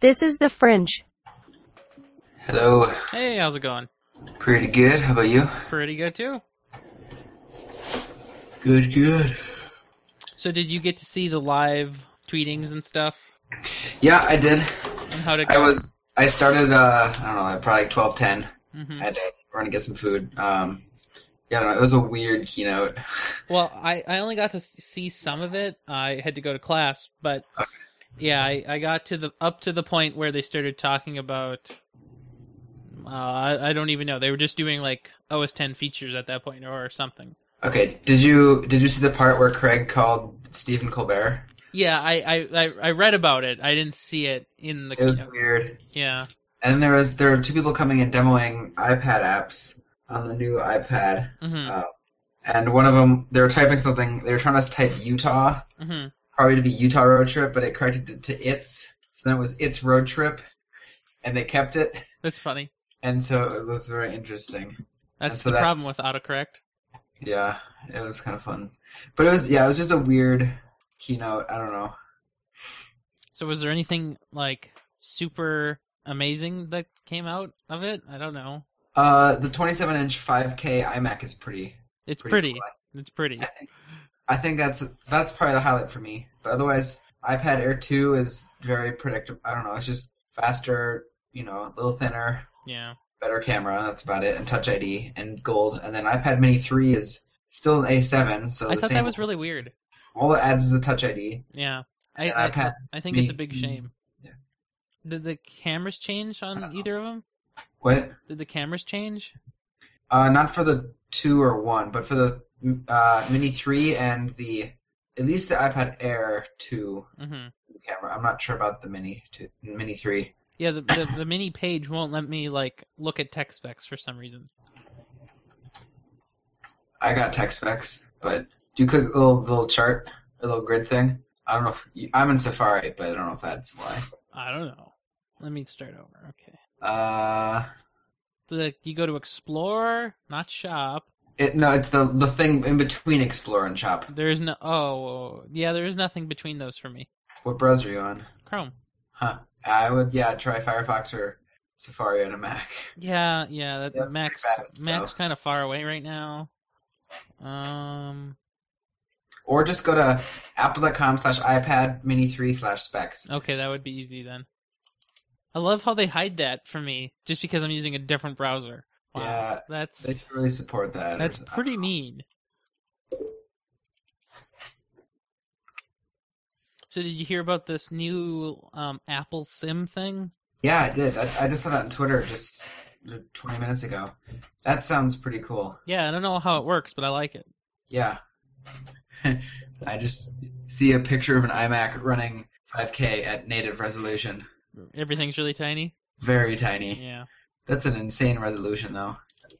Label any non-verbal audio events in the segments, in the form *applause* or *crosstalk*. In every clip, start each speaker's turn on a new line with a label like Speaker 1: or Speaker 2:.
Speaker 1: This is the fringe.
Speaker 2: Hello.
Speaker 3: Hey, how's it going?
Speaker 2: Pretty good. How about you?
Speaker 3: Pretty good too.
Speaker 2: Good, good.
Speaker 3: So, did you get to see the live tweetings and stuff?
Speaker 2: Yeah, I did.
Speaker 3: And how did it
Speaker 2: I
Speaker 3: go?
Speaker 2: was. I started. Uh, I don't know. At probably like twelve ten.
Speaker 3: Mhm.
Speaker 2: I had to run and get some food. Um, yeah, I don't know. It was a weird keynote.
Speaker 3: Well, I, I only got to s- see some of it. I had to go to class, but yeah, I, I got to the up to the point where they started talking about. Uh, I, I don't even know. They were just doing like OS 10 features at that point or something.
Speaker 2: Okay. Did you Did you see the part where Craig called Stephen Colbert?
Speaker 3: Yeah, I, I, I, I read about it. I didn't see it in the
Speaker 2: It was
Speaker 3: keynote.
Speaker 2: weird.
Speaker 3: Yeah.
Speaker 2: And then there was there were two people coming and demoing iPad apps on the new iPad.
Speaker 3: hmm
Speaker 2: And one of them, they were typing something. They were trying to type Utah,
Speaker 3: hmm
Speaker 2: probably to be Utah road trip, but it corrected it to its. So then it was its road trip, and they kept it.
Speaker 3: That's funny.
Speaker 2: And so it was very interesting.
Speaker 3: That's
Speaker 2: so
Speaker 3: the problem with
Speaker 2: that's-
Speaker 3: autocorrect.
Speaker 2: Yeah, it was kind of fun. But it was yeah, it was just a weird keynote. I don't know.
Speaker 3: So, was there anything like super amazing that came out of it? I don't know.
Speaker 2: Uh, the 27 inch 5K iMac is pretty.
Speaker 3: It's
Speaker 2: Pretty
Speaker 3: pretty.
Speaker 2: *laughs*
Speaker 3: It's pretty.
Speaker 2: I think, I think that's that's probably the highlight for me. But otherwise, iPad Air 2 is very predictable. I don't know. It's just faster. You know, a little thinner,
Speaker 3: Yeah.
Speaker 2: better camera. That's about it. And Touch ID and gold. And then iPad Mini 3 is still an A7. So
Speaker 3: I
Speaker 2: the
Speaker 3: thought
Speaker 2: same,
Speaker 3: that was really weird.
Speaker 2: all it adds is the Touch ID.
Speaker 3: Yeah. I
Speaker 2: And
Speaker 3: I,
Speaker 2: iPad
Speaker 3: I think it's a
Speaker 2: mini.
Speaker 3: big shame.
Speaker 2: Yeah.
Speaker 3: Did the cameras change on either of them?
Speaker 2: What?
Speaker 3: Did the cameras change?
Speaker 2: Uh, not for the two or one, but for the uh, Mini three and the at least the iPad Air two
Speaker 3: hmm
Speaker 2: camera. I'm not sure about the Mini two, Mini three.
Speaker 3: Yeah, the, the the mini page won't let me like look at tech specs for some reason.
Speaker 2: I got tech specs, but do you click the little the little chart, the little grid thing? I don't know if you, I'm in Safari, but I don't know if that's why.
Speaker 3: I don't know. Let me start over. Okay.
Speaker 2: Uh,
Speaker 3: So like, you go to explore, not shop.
Speaker 2: it no, it's the the thing in between Explorer and Shop.
Speaker 3: There is no Oh, yeah, there is nothing between those for me.
Speaker 2: What browser are you on?
Speaker 3: Chrome.
Speaker 2: Huh? I would yeah try Firefox or Safari on a Mac.
Speaker 3: Yeah, yeah, that
Speaker 2: Yeah, it's pretty
Speaker 3: Mac's
Speaker 2: bad,
Speaker 3: Mac's kind of far away right now. Um
Speaker 2: Or just go to apple.com slash iPad mini 3 slash specs.
Speaker 3: Okay, that would be easy then. I love how they hide that for me, just because I'm using a different browser. Wow,
Speaker 2: Yeah, They
Speaker 3: that's
Speaker 2: should really support that. uh, or
Speaker 3: that's
Speaker 2: something.
Speaker 3: pretty mean. So, did you hear about this new um, Apple SIM thing?
Speaker 2: Yeah, I did. I, I just saw that on Twitter just 20 minutes ago. That sounds pretty cool.
Speaker 3: Yeah, I don't know how it works, but I like it.
Speaker 2: Yeah. *laughs* I just see a picture of an iMac running 5K at native resolution.
Speaker 3: Everything's really tiny.
Speaker 2: Very tiny.
Speaker 3: Yeah,
Speaker 2: That's an insane resolution, though.
Speaker 3: Well,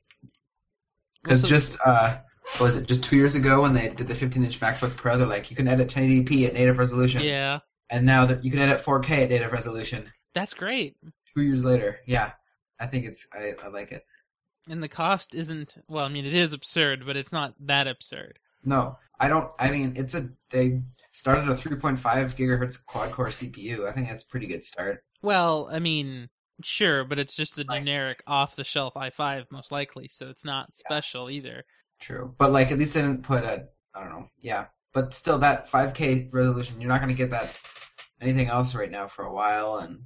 Speaker 2: Because
Speaker 3: so-
Speaker 2: just, uh, what was it, just two years ago when they did the 15 inch MacBook Pro, they're like, you can edit 1080p at native resolution.
Speaker 3: yeah,
Speaker 2: And now that you can edit 4K at native resolution.
Speaker 3: that's great.
Speaker 2: Two years later. Yeah. I think it's, I, I like it.
Speaker 3: And the cost isn't well. I mean, it is absurd, but it's not that absurd.
Speaker 2: No, I don't. I mean, it's a they started a 3.5 gigahertz quad core CPU. I think that's a pretty good start.
Speaker 3: Well, I mean, sure, but it's just a
Speaker 2: Right.
Speaker 3: generic off-the-shelf i5 most likely, so it's not special either.
Speaker 2: True, but like at least they didn't put a. I don't know. Yeah, but still, that 5K resolution, you're not going to get that anything else right now for a while. And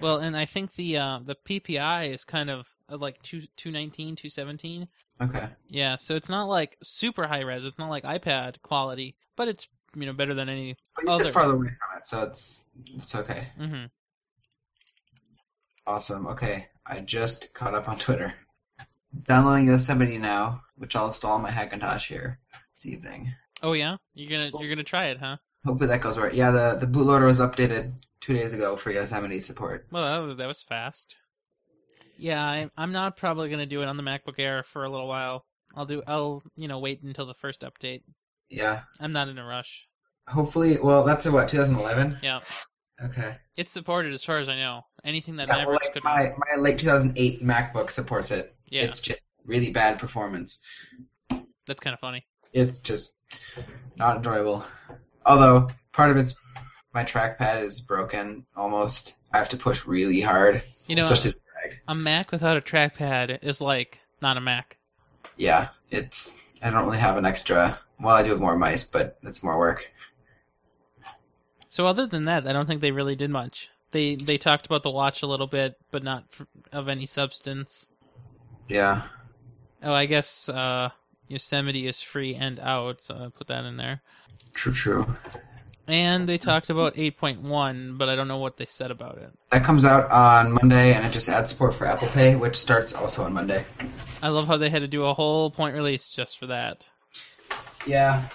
Speaker 3: Well, and I think the uh, the PPI is kind of uh, like two two nineteen, two seventeen.
Speaker 2: okay,
Speaker 3: Yeah, so it's not like super high res. It's not like iPad quality, but it's you know better than any.
Speaker 2: but you
Speaker 3: Oh,
Speaker 2: sit
Speaker 3: there-
Speaker 2: farther away from it, so it's it's okay.
Speaker 3: hmm
Speaker 2: Awesome. Okay, I just caught up on Twitter. Downloading Yosemite now, which I'll install on my Hackintosh here this evening.
Speaker 3: Oh yeah, you're gonna you're gonna try it, huh?
Speaker 2: Hopefully that goes right. Yeah, the, the bootloader was updated two days ago for Yosemite support.
Speaker 3: Well, that was, that was fast. Yeah, I, I'm not probably gonna do it on the MacBook Air for a little while. I'll do I'll you know wait until the first update.
Speaker 2: Yeah.
Speaker 3: I'm not in a rush.
Speaker 2: Hopefully, well, that's a, what 2011.
Speaker 3: Yeah.
Speaker 2: Okay.
Speaker 3: It's supported as far as I know. Anything that
Speaker 2: Yeah, well,
Speaker 3: Mavericks
Speaker 2: like
Speaker 3: could
Speaker 2: my, my late 2008 MacBook supports it.
Speaker 3: Yeah,
Speaker 2: It's just really bad performance.
Speaker 3: that's kind of funny.
Speaker 2: It's just not enjoyable. Although part of it's my trackpad is broken almost. I have to push really hard,
Speaker 3: You know,
Speaker 2: especially the drag.
Speaker 3: a Mac without a trackpad is like not a Mac.
Speaker 2: Yeah, it's. I don't really have an extra. Well, I do have more mice, but it's more work.
Speaker 3: So other than that, I don't think they really did much. They they talked about the watch a little bit, but not f of any substance.
Speaker 2: Yeah.
Speaker 3: Oh, I guess uh, Yosemite is free and out, so I put that in there.
Speaker 2: True, true.
Speaker 3: And they talked about 8.1, but I don't know what they said about it.
Speaker 2: That comes out on Monday, and it just adds support for Apple Pay, which starts also on Monday.
Speaker 3: I love how they had to do a whole point release just for that.
Speaker 2: Yeah.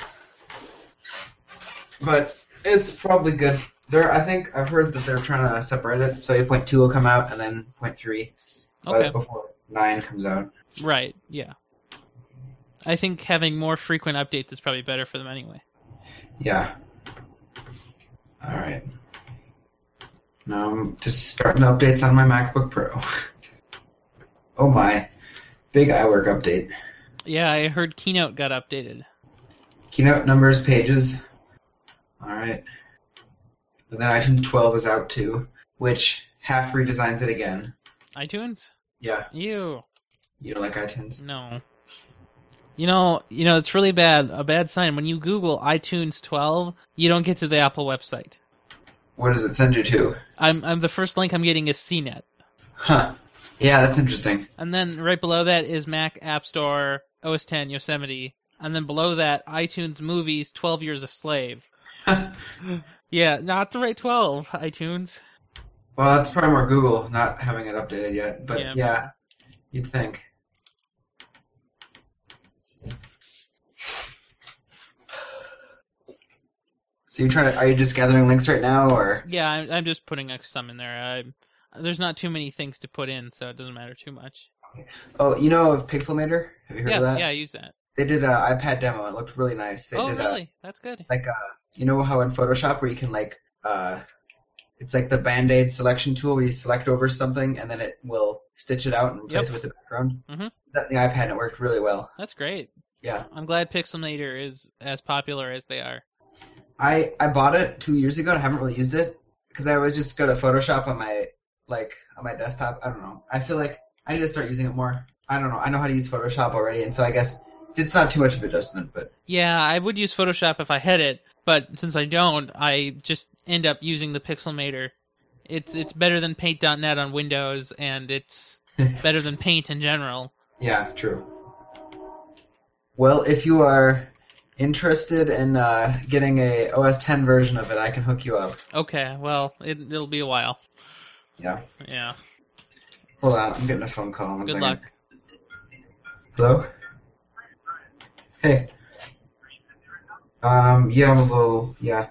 Speaker 2: But it's probably good. They're, I think I've heard that they're trying to separate it, so 8.2 will come out, and then 0.3
Speaker 3: Okay,
Speaker 2: but before 9 comes out.
Speaker 3: right, yeah. I think having more frequent updates is probably better for them anyway.
Speaker 2: Yeah. All right. Now I'm just starting updates on my MacBook Pro. *laughs* oh my. Big iWork update.
Speaker 3: Yeah, I heard Keynote got updated.
Speaker 2: Keynote numbers, pages. All right. And then iTunes 12 is out too, which half redesigns it again.
Speaker 3: iTunes?
Speaker 2: Yeah,
Speaker 3: Ew.
Speaker 2: you don't like iTunes.
Speaker 3: No. You know, you know, it's really bad. A bad sign when you Google iTunes 12, you don't get to the Apple website.
Speaker 2: Where does it send you to?
Speaker 3: I'm, I'm the first link I'm getting is CNET,
Speaker 2: Huh. Yeah, that's interesting.
Speaker 3: and then right below that is Mac App Store, OS 10, Yosemite, and then below that iTunes Movies, 12 Years
Speaker 2: *laughs*
Speaker 3: a Slave. yeah, not the right 12 iTunes.
Speaker 2: Well, that's probably more Google not having it updated yet, but
Speaker 3: Yeah.
Speaker 2: yeah, you'd think. So you trying to? Are you just gathering links right now, or
Speaker 3: Yeah, I'm, I'm just putting uh, some in there. I'm, there's not too many things to put in, so it doesn't matter too much.
Speaker 2: oh, you know of Pixelmator? Have you heard
Speaker 3: Yeah,
Speaker 2: of that?
Speaker 3: yeah, I use that.
Speaker 2: They did an iPad demo. It looked really nice. They
Speaker 3: oh,
Speaker 2: did
Speaker 3: really? That's good.
Speaker 2: a, like a, you know how in Photoshop where you can like uh, it's like the Band-Aid selection tool where you select over something and then it will stitch it out and replace
Speaker 3: Yep.
Speaker 2: it with the background.
Speaker 3: Mhm.
Speaker 2: That the iPad and it worked really well.
Speaker 3: That's great.
Speaker 2: Yeah,
Speaker 3: I'm glad Pixelmator is as popular as they are.
Speaker 2: I I bought it two years ago and I haven't really used it because I always just go to Photoshop on my like on my desktop. I don't know. I feel like I need to start using it more. I don't know. I know how to use Photoshop already, and so I guess it's not too much of adjustment, but.
Speaker 3: Yeah, I would use Photoshop if I had it, but since I don't, I just end up using the Pixelmator. It's it's better than Paint.net on Windows, and
Speaker 2: *laughs*
Speaker 3: it's better than Paint in general.
Speaker 2: Yeah, true. Well, if you are interested in uh, getting a OS 10 version of it, I can hook you up.
Speaker 3: Okay, well, it, it'll be a while.
Speaker 2: Yeah.
Speaker 3: Yeah.
Speaker 2: Hold on, I'm getting a phone call. One second.
Speaker 3: Good luck.
Speaker 2: Hello. Hey. Um. Yeah, I'm a little. Yeah.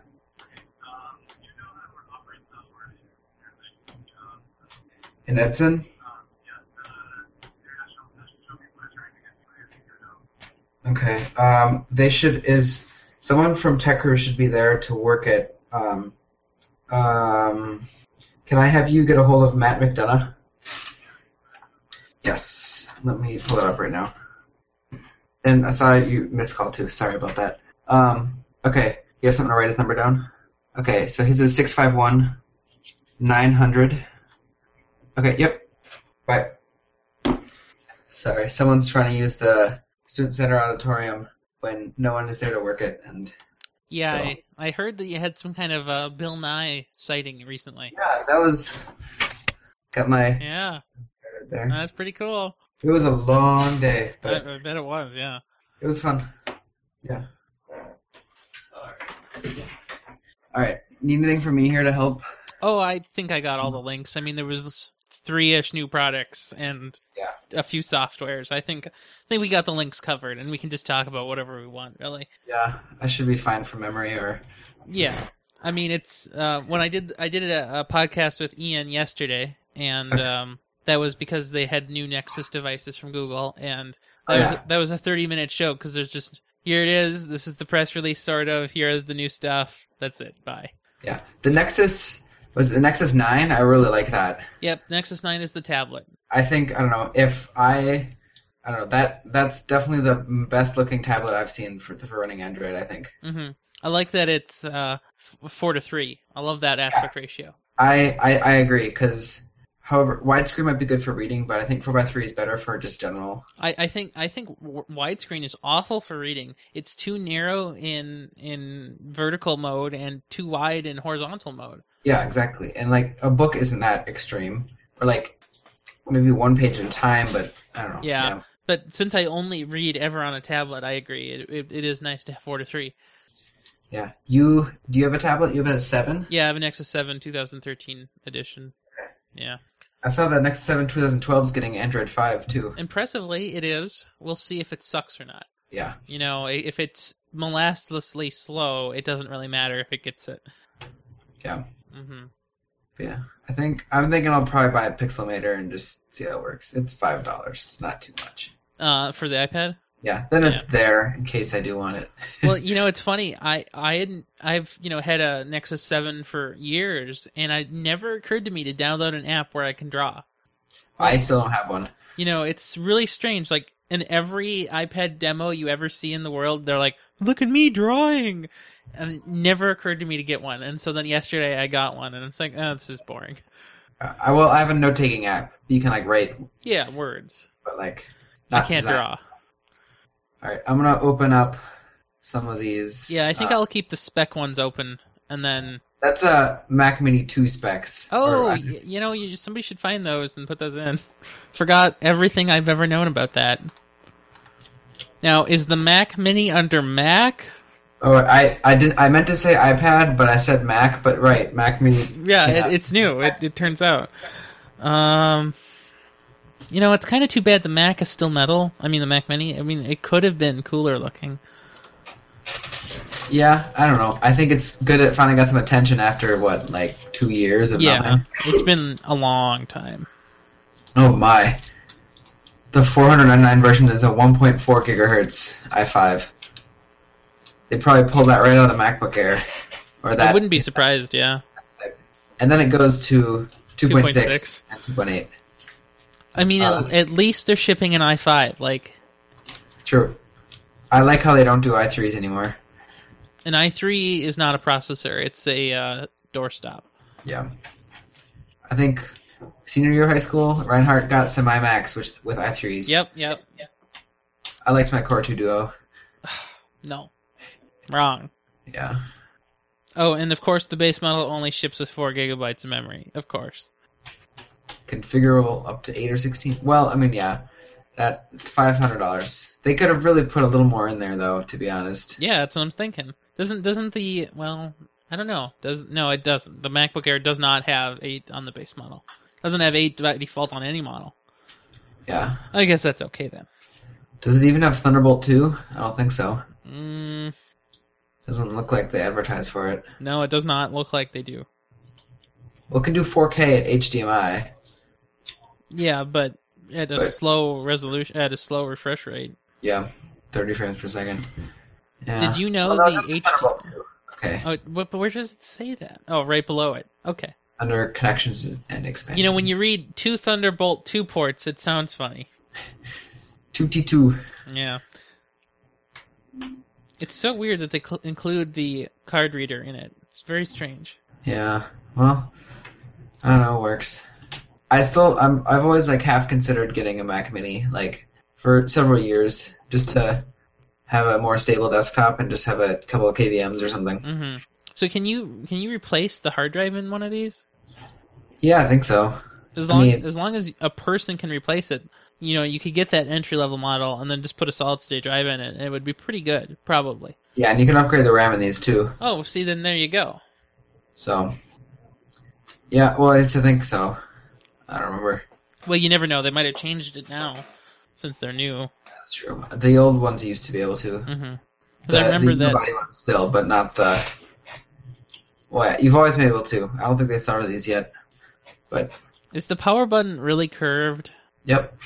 Speaker 2: In Edson. Okay. Um. They should is someone from Tech Crew should be there to work it. Um. Um. Can I have you get a hold of Matt McDonough? Yes. Let me pull it up right now. And I saw you missed call too. Sorry about that. Um, okay. You have something to write his number down? Okay, so his is 651 900. Okay, yep. Bye. Sorry, someone's trying to use the Student Center auditorium when no one is there to work it. And
Speaker 3: Yeah,
Speaker 2: So-
Speaker 3: I, I heard that you had some kind of uh, Bill Nye sighting recently.
Speaker 2: yeah, that was. Got my.
Speaker 3: Yeah,
Speaker 2: There.
Speaker 3: that's pretty cool.
Speaker 2: It was a long day,
Speaker 3: I,
Speaker 2: but
Speaker 3: I bet it was, yeah.
Speaker 2: It was fun. Yeah. All right. Need anything from me here to help?
Speaker 3: Oh, I think I got all
Speaker 2: Mm-hmm.
Speaker 3: the links. I mean, there was three-ish new products and
Speaker 2: Yeah.
Speaker 3: a few softwares. I think I think we got the links covered, and we can just talk about whatever we want, really.
Speaker 2: Yeah, I should be fine from memory. Or
Speaker 3: Yeah, I mean, it's uh, when I did I did a, a podcast with Ian yesterday, and
Speaker 2: Okay.
Speaker 3: um, that was because they had new Nexus devices from Google, and that
Speaker 2: Oh,
Speaker 3: was
Speaker 2: yeah.
Speaker 3: that was a thirty-minute show because there's just here it is. This is the press release, sort of. Here is the new stuff. That's it. Bye.
Speaker 2: yeah, the Nexus was it the Nexus Nine. I really like that.
Speaker 3: Yep, Nexus Nine is the tablet.
Speaker 2: I think I don't know if I, I don't know that that's definitely the best looking tablet I've seen for for running Android. I think.
Speaker 3: hmm I like that it's uh, f- four to three. I love that aspect ratio.
Speaker 2: I I, I agree because however widescreen might be good for reading, but I think four by three is better for just general.
Speaker 3: I, I think I think w- widescreen is awful for reading. It's too narrow in in vertical mode and too wide in horizontal mode.
Speaker 2: Yeah, exactly. And like a book isn't that extreme, or like maybe one page at a time, but I don't know.
Speaker 3: Yeah. But since I only read ever on a tablet, I agree. It, it, it is nice to have four to three.
Speaker 2: Yeah. You do you have a tablet? You have a seven?
Speaker 3: Yeah, I have an Nexus Seven 2013 edition. Yeah,
Speaker 2: I saw that next seven 2012 is getting Android five too.
Speaker 3: impressively it is. We'll see if it sucks or not.
Speaker 2: Yeah.
Speaker 3: You know, i- if it's molasslessly slow, it doesn't really matter if it gets it.
Speaker 2: Yeah.
Speaker 3: hmm
Speaker 2: Yeah. I think I'm thinking I'll probably buy a Pixelmator and just see how it works. It's five dollars. It's not too much.
Speaker 3: Uh, for the
Speaker 2: *laughs*
Speaker 3: iPad.
Speaker 2: Yeah. Then it's there in case I do want it.
Speaker 3: well, you know, it's funny. I I hadn't I've you know had a Nexus Seven for years, and it never occurred to me to download an app where I can draw.
Speaker 2: *laughs* I still don't have one.
Speaker 3: You know, it's really strange. Like in every iPad demo you ever see in the world, they're like, "Look at me drawing," and it never occurred to me to get one. And so then yesterday I got one, and it's like, "Oh, this is boring."
Speaker 2: Uh, I will. I have a note taking app. You can like write,
Speaker 3: Yeah, words.
Speaker 2: but like
Speaker 3: I
Speaker 2: not
Speaker 3: can't
Speaker 2: design.
Speaker 3: draw.
Speaker 2: All right. I'm gonna open up some of these.
Speaker 3: Yeah, I think
Speaker 2: Uh,
Speaker 3: I'll keep the spec ones open, and then
Speaker 2: that's a Mac Mini two specs.
Speaker 3: Oh,
Speaker 2: Or, uh,
Speaker 3: y- you know, you, somebody should find those and put those in. *laughs* Forgot everything I've ever known about that. Now, is the Mac Mini under Mac?
Speaker 2: oh, I I did. I meant to say iPad, but I said Mac. But right, Mac Mini.
Speaker 3: Yeah,
Speaker 2: Yeah.
Speaker 3: It, it's new. It, it turns out. Um, you know, it's kind of too bad the Mac is still metal. I mean, the Mac Mini. I mean, it could have been cooler looking.
Speaker 2: Yeah, I don't know. I think it's good. It finally got some attention after what, like two years of
Speaker 3: Yeah,
Speaker 2: nothing.
Speaker 3: it's been a long time.
Speaker 2: Oh my. The 499 version is a 1.4 gigahertz i5. They probably pulled that right out of the MacBook Air, *laughs* or
Speaker 3: I
Speaker 2: that,
Speaker 3: wouldn't be surprised. Yeah.
Speaker 2: and then it goes to 2.6
Speaker 3: 2.6.
Speaker 2: and 2.8.
Speaker 3: I mean,
Speaker 2: Uh,
Speaker 3: at, at least they're shipping an i5. Like
Speaker 2: True. I like how they don't do i3s anymore.
Speaker 3: an i3 is not a processor. It's a uh, doorstop.
Speaker 2: Yeah. I think senior year of high school, Reinhardt got some iMacs which with i3s.
Speaker 3: Yep, yep.
Speaker 2: I liked my Core 2 Duo.
Speaker 3: No. Wrong.
Speaker 2: Yeah.
Speaker 3: Oh, and of course the base model only ships with 4 gigabytes of memory. Of course.
Speaker 2: configurable up to eight or sixteen. Well, I mean, yeah, at five hundred dollars, they could have really put a little more in there, though. To be honest,
Speaker 3: Yeah, that's what I'm thinking. Doesn't doesn't the well, I don't know. Does no, it doesn't. The MacBook Air does not have 8 on the base model. Doesn't have 8 by default on any model.
Speaker 2: yeah.
Speaker 3: I guess that's okay then.
Speaker 2: Does it even have Thunderbolt two? I don't think so.
Speaker 3: Mm,
Speaker 2: Doesn't look like they advertise for it.
Speaker 3: no, it does not look like they do.
Speaker 2: Well, it can do 4K at HDMI.
Speaker 3: Yeah, but at a
Speaker 2: Right.
Speaker 3: slow resolution at a slow refresh rate.
Speaker 2: Yeah, thirty frames per second. Yeah.
Speaker 3: Did you know
Speaker 2: Oh, no,
Speaker 3: the
Speaker 2: that's
Speaker 3: H
Speaker 2: Thunderbolt 2. Okay,
Speaker 3: Oh, what, but where does it say that? Oh, right below it. Okay.
Speaker 2: under connections and expansion.
Speaker 3: You know, when you read two Thunderbolt two ports, it sounds funny.
Speaker 2: two T two.
Speaker 3: Yeah. It's so weird that they cl- include the card reader in it. It's very strange.
Speaker 2: Yeah. Well, I don't know. It works. I still, I'm, I've always like half considered getting a Mac Mini, like for several years, just to have a more stable desktop and just have a couple of KVMs or something.
Speaker 3: hmm So can you can you replace the hard drive in one of these?
Speaker 2: Yeah, I think so.
Speaker 3: As
Speaker 2: I
Speaker 3: long
Speaker 2: mean-
Speaker 3: as long as a person can replace it, you know, you could get that entry level model and then just put a solid state drive in it, and it would be pretty good, probably.
Speaker 2: Yeah, and you can upgrade the RAM in these too.
Speaker 3: Oh, see, then there you go.
Speaker 2: So, yeah, well, I used to think so. I don't remember.
Speaker 3: Well, you never know. They might have changed it now, since they're new.
Speaker 2: That's true. The old ones used to be able to.
Speaker 3: Mm-hmm.
Speaker 2: The,
Speaker 3: I remember
Speaker 2: the
Speaker 3: that.
Speaker 2: body ones still, but not the. Well, yeah, you've always been able to. I don't think they started these yet, but
Speaker 3: Is the power button really curved?
Speaker 2: Yep.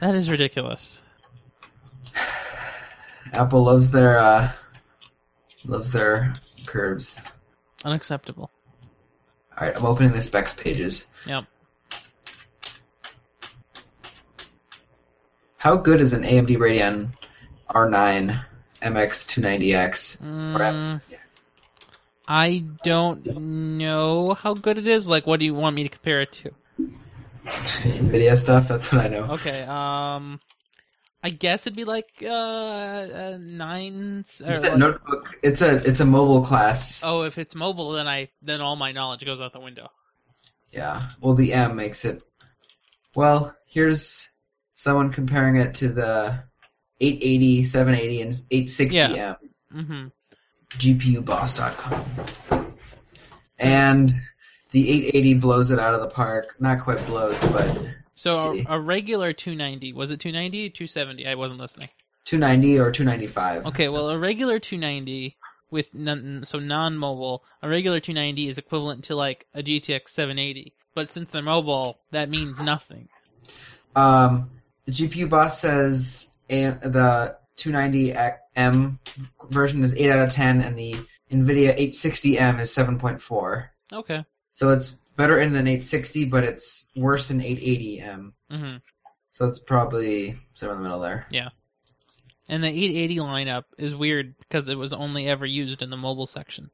Speaker 3: That is ridiculous.
Speaker 2: Apple loves their uh, loves their curves.
Speaker 3: Unacceptable.
Speaker 2: All right, I'm opening the specs pages.
Speaker 3: Yep.
Speaker 2: How good is an AMD Radeon R9 MX290X?
Speaker 3: Mm, I don't know how good it is. Like, what do you want me to compare it to?
Speaker 2: Video stuff. That's what I know.
Speaker 3: Okay. Um, I guess it'd be like uh, uh nine. Or
Speaker 2: That
Speaker 3: like-
Speaker 2: notebook. It's a it's a mobile class.
Speaker 3: oh, if it's mobile, then I then all my knowledge goes out the window.
Speaker 2: Yeah. Well, the M makes it. Well, here's someone comparing it to the 880, 780, and 860
Speaker 3: Yeah.
Speaker 2: M's.
Speaker 3: Mm-hmm.
Speaker 2: GPUBoss.com. And the 880 blows it out of the park. Not quite blows, but
Speaker 3: So
Speaker 2: See.
Speaker 3: a, a regular 290 was it 290 270? I wasn't listening.
Speaker 2: 290 or 295.
Speaker 3: Okay, well, a regular 290 with non, so non-mobile, a regular 290 is equivalent to like a GTX 780. But since they're mobile, that means nothing.
Speaker 2: Um, the GPU boss says a- the 290M version is 8 out of 10, and the NVIDIA 860M is 7.4.
Speaker 3: Okay.
Speaker 2: So it's better in than 860, but it's worse than 880M.
Speaker 3: Mm-hmm.
Speaker 2: So it's probably somewhere in the middle there.
Speaker 3: And the 880 lineup is weird because it was only ever used in the mobile section.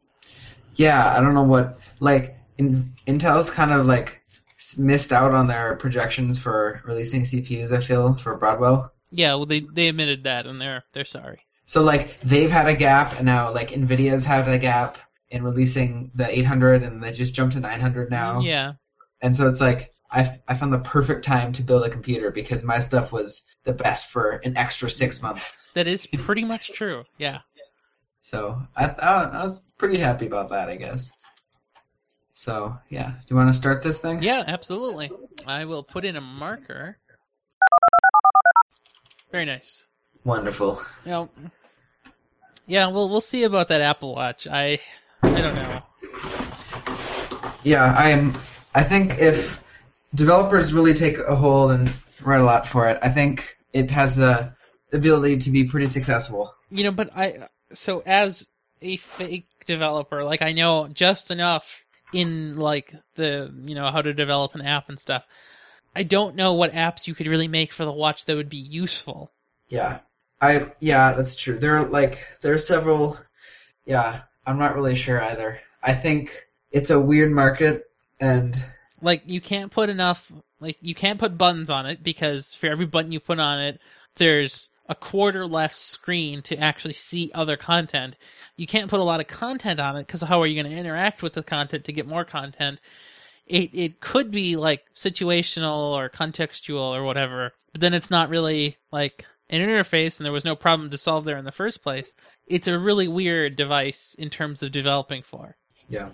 Speaker 2: Yeah, I don't know what like in, Intel's kind of like s- missed out on their projections for releasing CPUs. I feel for Broadwell.
Speaker 3: Yeah, well, they they admitted that, and they're they're sorry.
Speaker 2: So like they've had a gap, and now like Nvidia's had a gap in releasing the 800, and they just jumped to 900 now.
Speaker 3: Yeah,
Speaker 2: And so it's like I, f- I found the perfect time to build a computer because my stuff was the best for an extra six months.
Speaker 3: that is pretty much true. Yeah.
Speaker 2: So I th- I, don't- I was pretty happy about that, I guess. So yeah, do you want to start this thing?
Speaker 3: Yeah, absolutely. I will put in a marker. Very nice.
Speaker 2: Wonderful.
Speaker 3: Now, yeah, we'll we'll see about that Apple Watch. I I don't know.
Speaker 2: Yeah, I'm. I think if developers really take a hold and write a lot for it, I think it has the ability to be pretty successful.
Speaker 3: You know, but I so as a fake developer, like I know just enough in like the you know how to develop an app and stuff. I don't know what apps you could really make for the watch that would be useful.
Speaker 2: Yeah, I. Yeah, that's true. There are like there are several. Yeah, I'm not really sure either. I think it's a weird market, and
Speaker 3: Like you can't put enough like you can't put buttons on it because for every button you put on it, there's a quarter less screen to actually see other content. You can't put a lot of content on it because how are you going to interact with the content to get more content? It it could be like situational or contextual or whatever, but then it's not really like an interface, and there was no problem to solve there in the first place. It's a really weird device in terms of developing for.
Speaker 2: yeah,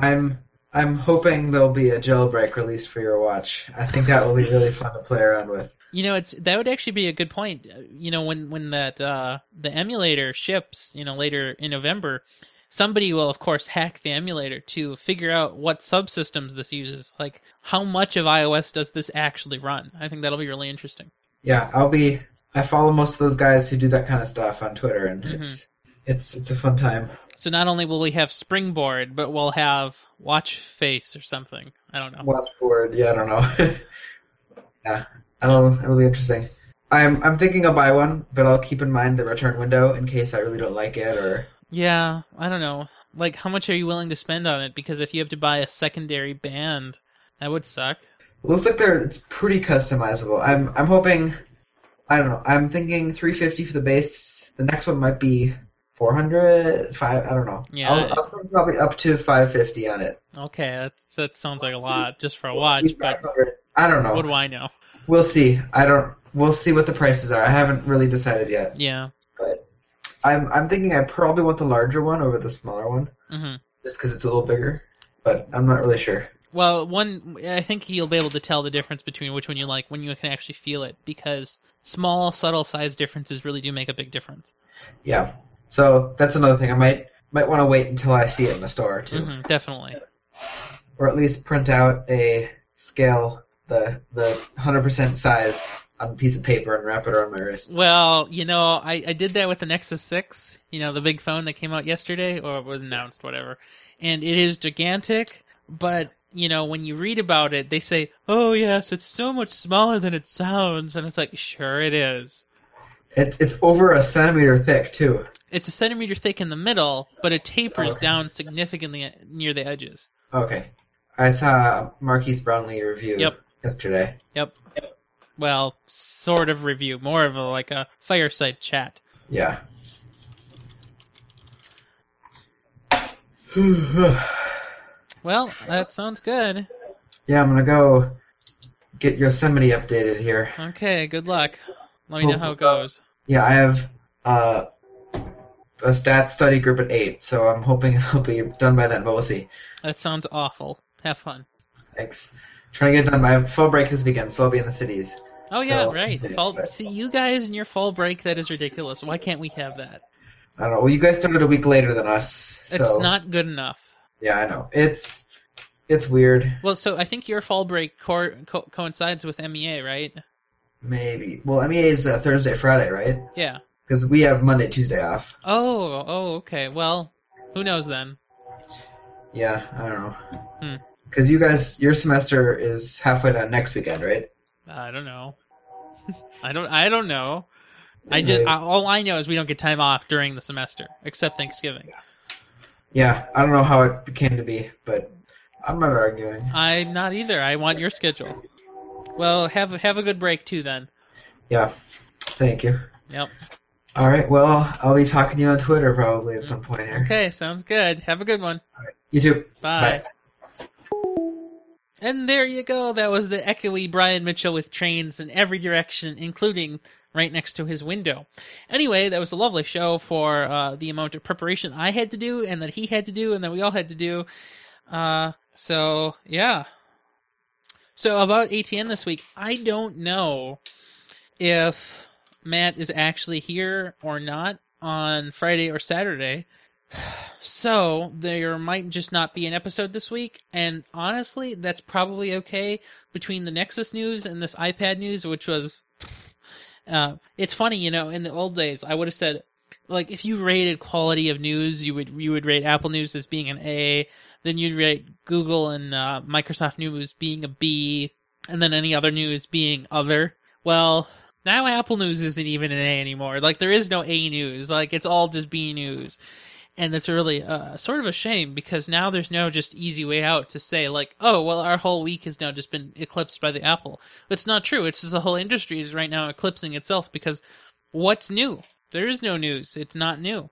Speaker 2: I'm. I'm hoping there'll be a jailbreak release for your watch. I think that will be really fun to play around with.
Speaker 3: You know, it's that would actually be a good point. Uh, You know, when when that uh, the emulator ships, you know, later in November, somebody will of course hack the emulator to figure out what subsystems this uses. Like, how much of iOS does this actually run? I think that'll be really interesting.
Speaker 2: yeah, I'll be. I follow most of those guys who do that kind of stuff on Twitter, and
Speaker 3: Mhm.
Speaker 2: it's it's it's a fun time.
Speaker 3: So not only will we have Springboard, but we'll have Watch Face or something. I don't know.
Speaker 2: Watch board, yeah, I don't know. *laughs* yeah, it'll it'll be interesting. I'm I'm thinking I'll buy one, but I'll keep in mind the return window in case I really don't like it or.
Speaker 3: Yeah, I don't know. Like, how much are you willing to spend on it? Because if you have to buy a secondary band, that would suck.
Speaker 2: Looks like they're it's pretty customizable. I'm I'm hoping. I don't know. I'm thinking 350 for the base. The next one might be 400, 5, I don't know.
Speaker 3: Yeah.
Speaker 2: I'll, I'll spend probably up to 550 on it.
Speaker 3: Okay, that's, that sounds like a lot just for a watch, but
Speaker 2: I don't know.
Speaker 3: what do I know?
Speaker 2: We'll see. I don't. We'll see what the prices are. I haven't really decided yet.
Speaker 3: Yeah.
Speaker 2: I'm I'm thinking I probably want the larger one over the smaller one,
Speaker 3: hmm
Speaker 2: just because it's a little bigger. But I'm not really sure.
Speaker 3: Well, one, I think you'll be able to tell the difference between which one you like when you can actually feel it, because small, subtle size differences really do make a big difference.
Speaker 2: Yeah. So that's another thing. I might might want to wait until I see it in the store too,
Speaker 3: hmm definitely.
Speaker 2: or at least print out a scale the the 100% size on a piece of paper and wrap it around my wrist.
Speaker 3: Well, you know, I, I did that with the Nexus 6, you know, the big phone that came out yesterday, or was announced, whatever. And it is gigantic, but, you know, when you read about it, they say, oh, yes, it's so much smaller than it sounds. And it's like, sure, it is.
Speaker 2: It's it's over a centimeter thick too.
Speaker 3: It's a centimeter thick in the middle, but it tapers
Speaker 2: Oh.
Speaker 3: down significantly near the edges.
Speaker 2: Okay. I saw Marquise Brownlee review
Speaker 3: Yep.
Speaker 2: yesterday.
Speaker 3: Yep. Well, sort of review, more of a like a fireside chat.
Speaker 2: Yeah. *sighs*
Speaker 3: Well, that sounds good.
Speaker 2: yeah, I'm gonna go get Yosemite updated here.
Speaker 3: Okay, good luck. Let me know how it goes.
Speaker 2: Yeah, I have uh, a stats study group at eight, so I'm hoping *laughs* it'll be done by then, but we'll see.
Speaker 3: That sounds awful. Have fun.
Speaker 2: Thanks. Trying to get it done. I have fall break this weekend, so I'll be in the cities.
Speaker 3: Oh yeah,
Speaker 2: So-
Speaker 3: right. Fall. See you guys in your fall break. That is ridiculous. Why can't we have that?
Speaker 2: I don't know. Well, you guys started a week later than us, so
Speaker 3: It's not good enough.
Speaker 2: yeah, I know. It's it's weird.
Speaker 3: Well, so I think your fall break co- co- coincides with MEA, right?
Speaker 2: Maybe. Well, MEA is uh, Thursday, Friday, right?
Speaker 3: Yeah.
Speaker 2: Because we have Monday, Tuesday off.
Speaker 3: Oh, oh, okay. Well, who knows then?
Speaker 2: Yeah, I don't know.
Speaker 3: Hmm.
Speaker 2: Because you guys, your semester is halfway done next weekend, right?
Speaker 3: I don't know. *laughs* I don't. I don't know. I just I, all I know is we don't get time off during the semester except Thanksgiving.
Speaker 2: Yeah, I don't know how it came to be, but I'm not arguing.
Speaker 3: I'm not either. I want your schedule. Well, have have a good break too then.
Speaker 2: Yeah, thank you.
Speaker 3: Yep.
Speaker 2: All right, well, I'll be talking to you on Twitter probably at some point here.
Speaker 3: Okay, sounds good. Have a good one.
Speaker 2: You too.
Speaker 3: Bye. And there you go. That was the echoey Brian Mitchell with trains in every direction, including right next to his window. Anyway, that was a lovely show for uh, the amount of preparation I had to do, and that he had to do, and that we all had to do. Uh, so yeah. So about ATN this week, I don't know if Matt is actually here or not on Friday or Saturday. So there might just not be an episode this week, and honestly, that's probably okay. Between the Nexus news and this iPad news, which was, *laughs* uh, it's funny, you know. In the old days, I would have said, like, if you rated quality of news, you would you would rate Apple News as being an A, then you'd rate Google and uh, Microsoft News being a B, and then any other news being other. Well, now Apple News isn't even an A anymore. Like, there is no A news. Like, it's all just B news and that's really uh, sort of a shame because now there's no just easy way out to say like oh well our whole week has now just been eclipsed by the apple it's not true it's just the whole industry is right now eclipsing itself because what's new there is no news it's not new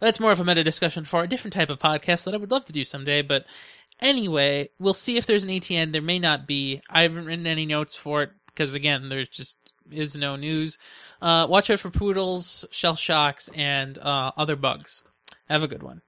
Speaker 3: that's more of a meta discussion for a different type of podcast that i would love to do someday but anyway we'll see if there's an atn there may not be i haven't written any notes for it because again there's just is no news uh, watch out for poodles shell shocks and uh, other bugs have a good one.